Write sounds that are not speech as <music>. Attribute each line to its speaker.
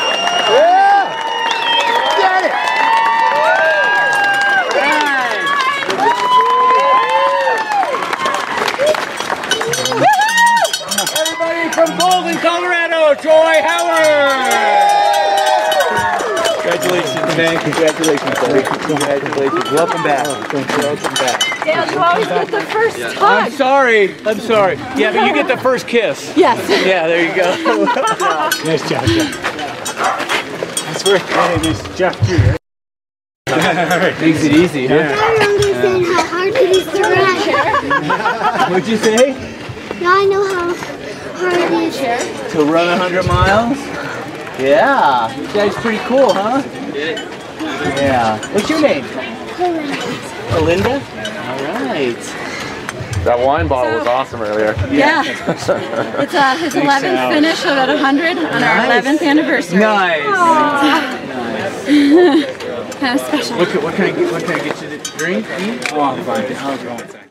Speaker 1: Yeah! Get it! Everybody from Golden, Colorado, Troy Howard! Congratulations, man. Congratulations, buddy. Congratulations. Welcome back. Welcome back.
Speaker 2: Dad, Oh, you always get the first
Speaker 1: I'm
Speaker 2: hug.
Speaker 1: sorry. I'm sorry. Yeah, but you get the first kiss.
Speaker 2: Yes.
Speaker 1: Yeah, there you go.
Speaker 3: <laughs> Nice job, Jeff. That's right. Hey, nice job, too. right?
Speaker 1: Makes it easy, huh?
Speaker 4: I don't understand how hard it is to run.
Speaker 1: What'd you say?
Speaker 4: Now I know how hard it is. Chair?
Speaker 1: To run 100 miles? Yeah. You guys pretty cool, huh? Yeah. What's your name? Belinda? All right.
Speaker 5: That wine bottle was awesome earlier.
Speaker 2: Yeah. It's uh, his 11th finish of at 100 on our 11th anniversary.
Speaker 1: Nice.
Speaker 2: Kind of special.
Speaker 1: What can, what can I get? What can I get you to drink? Oh, I'm fine. I'll go.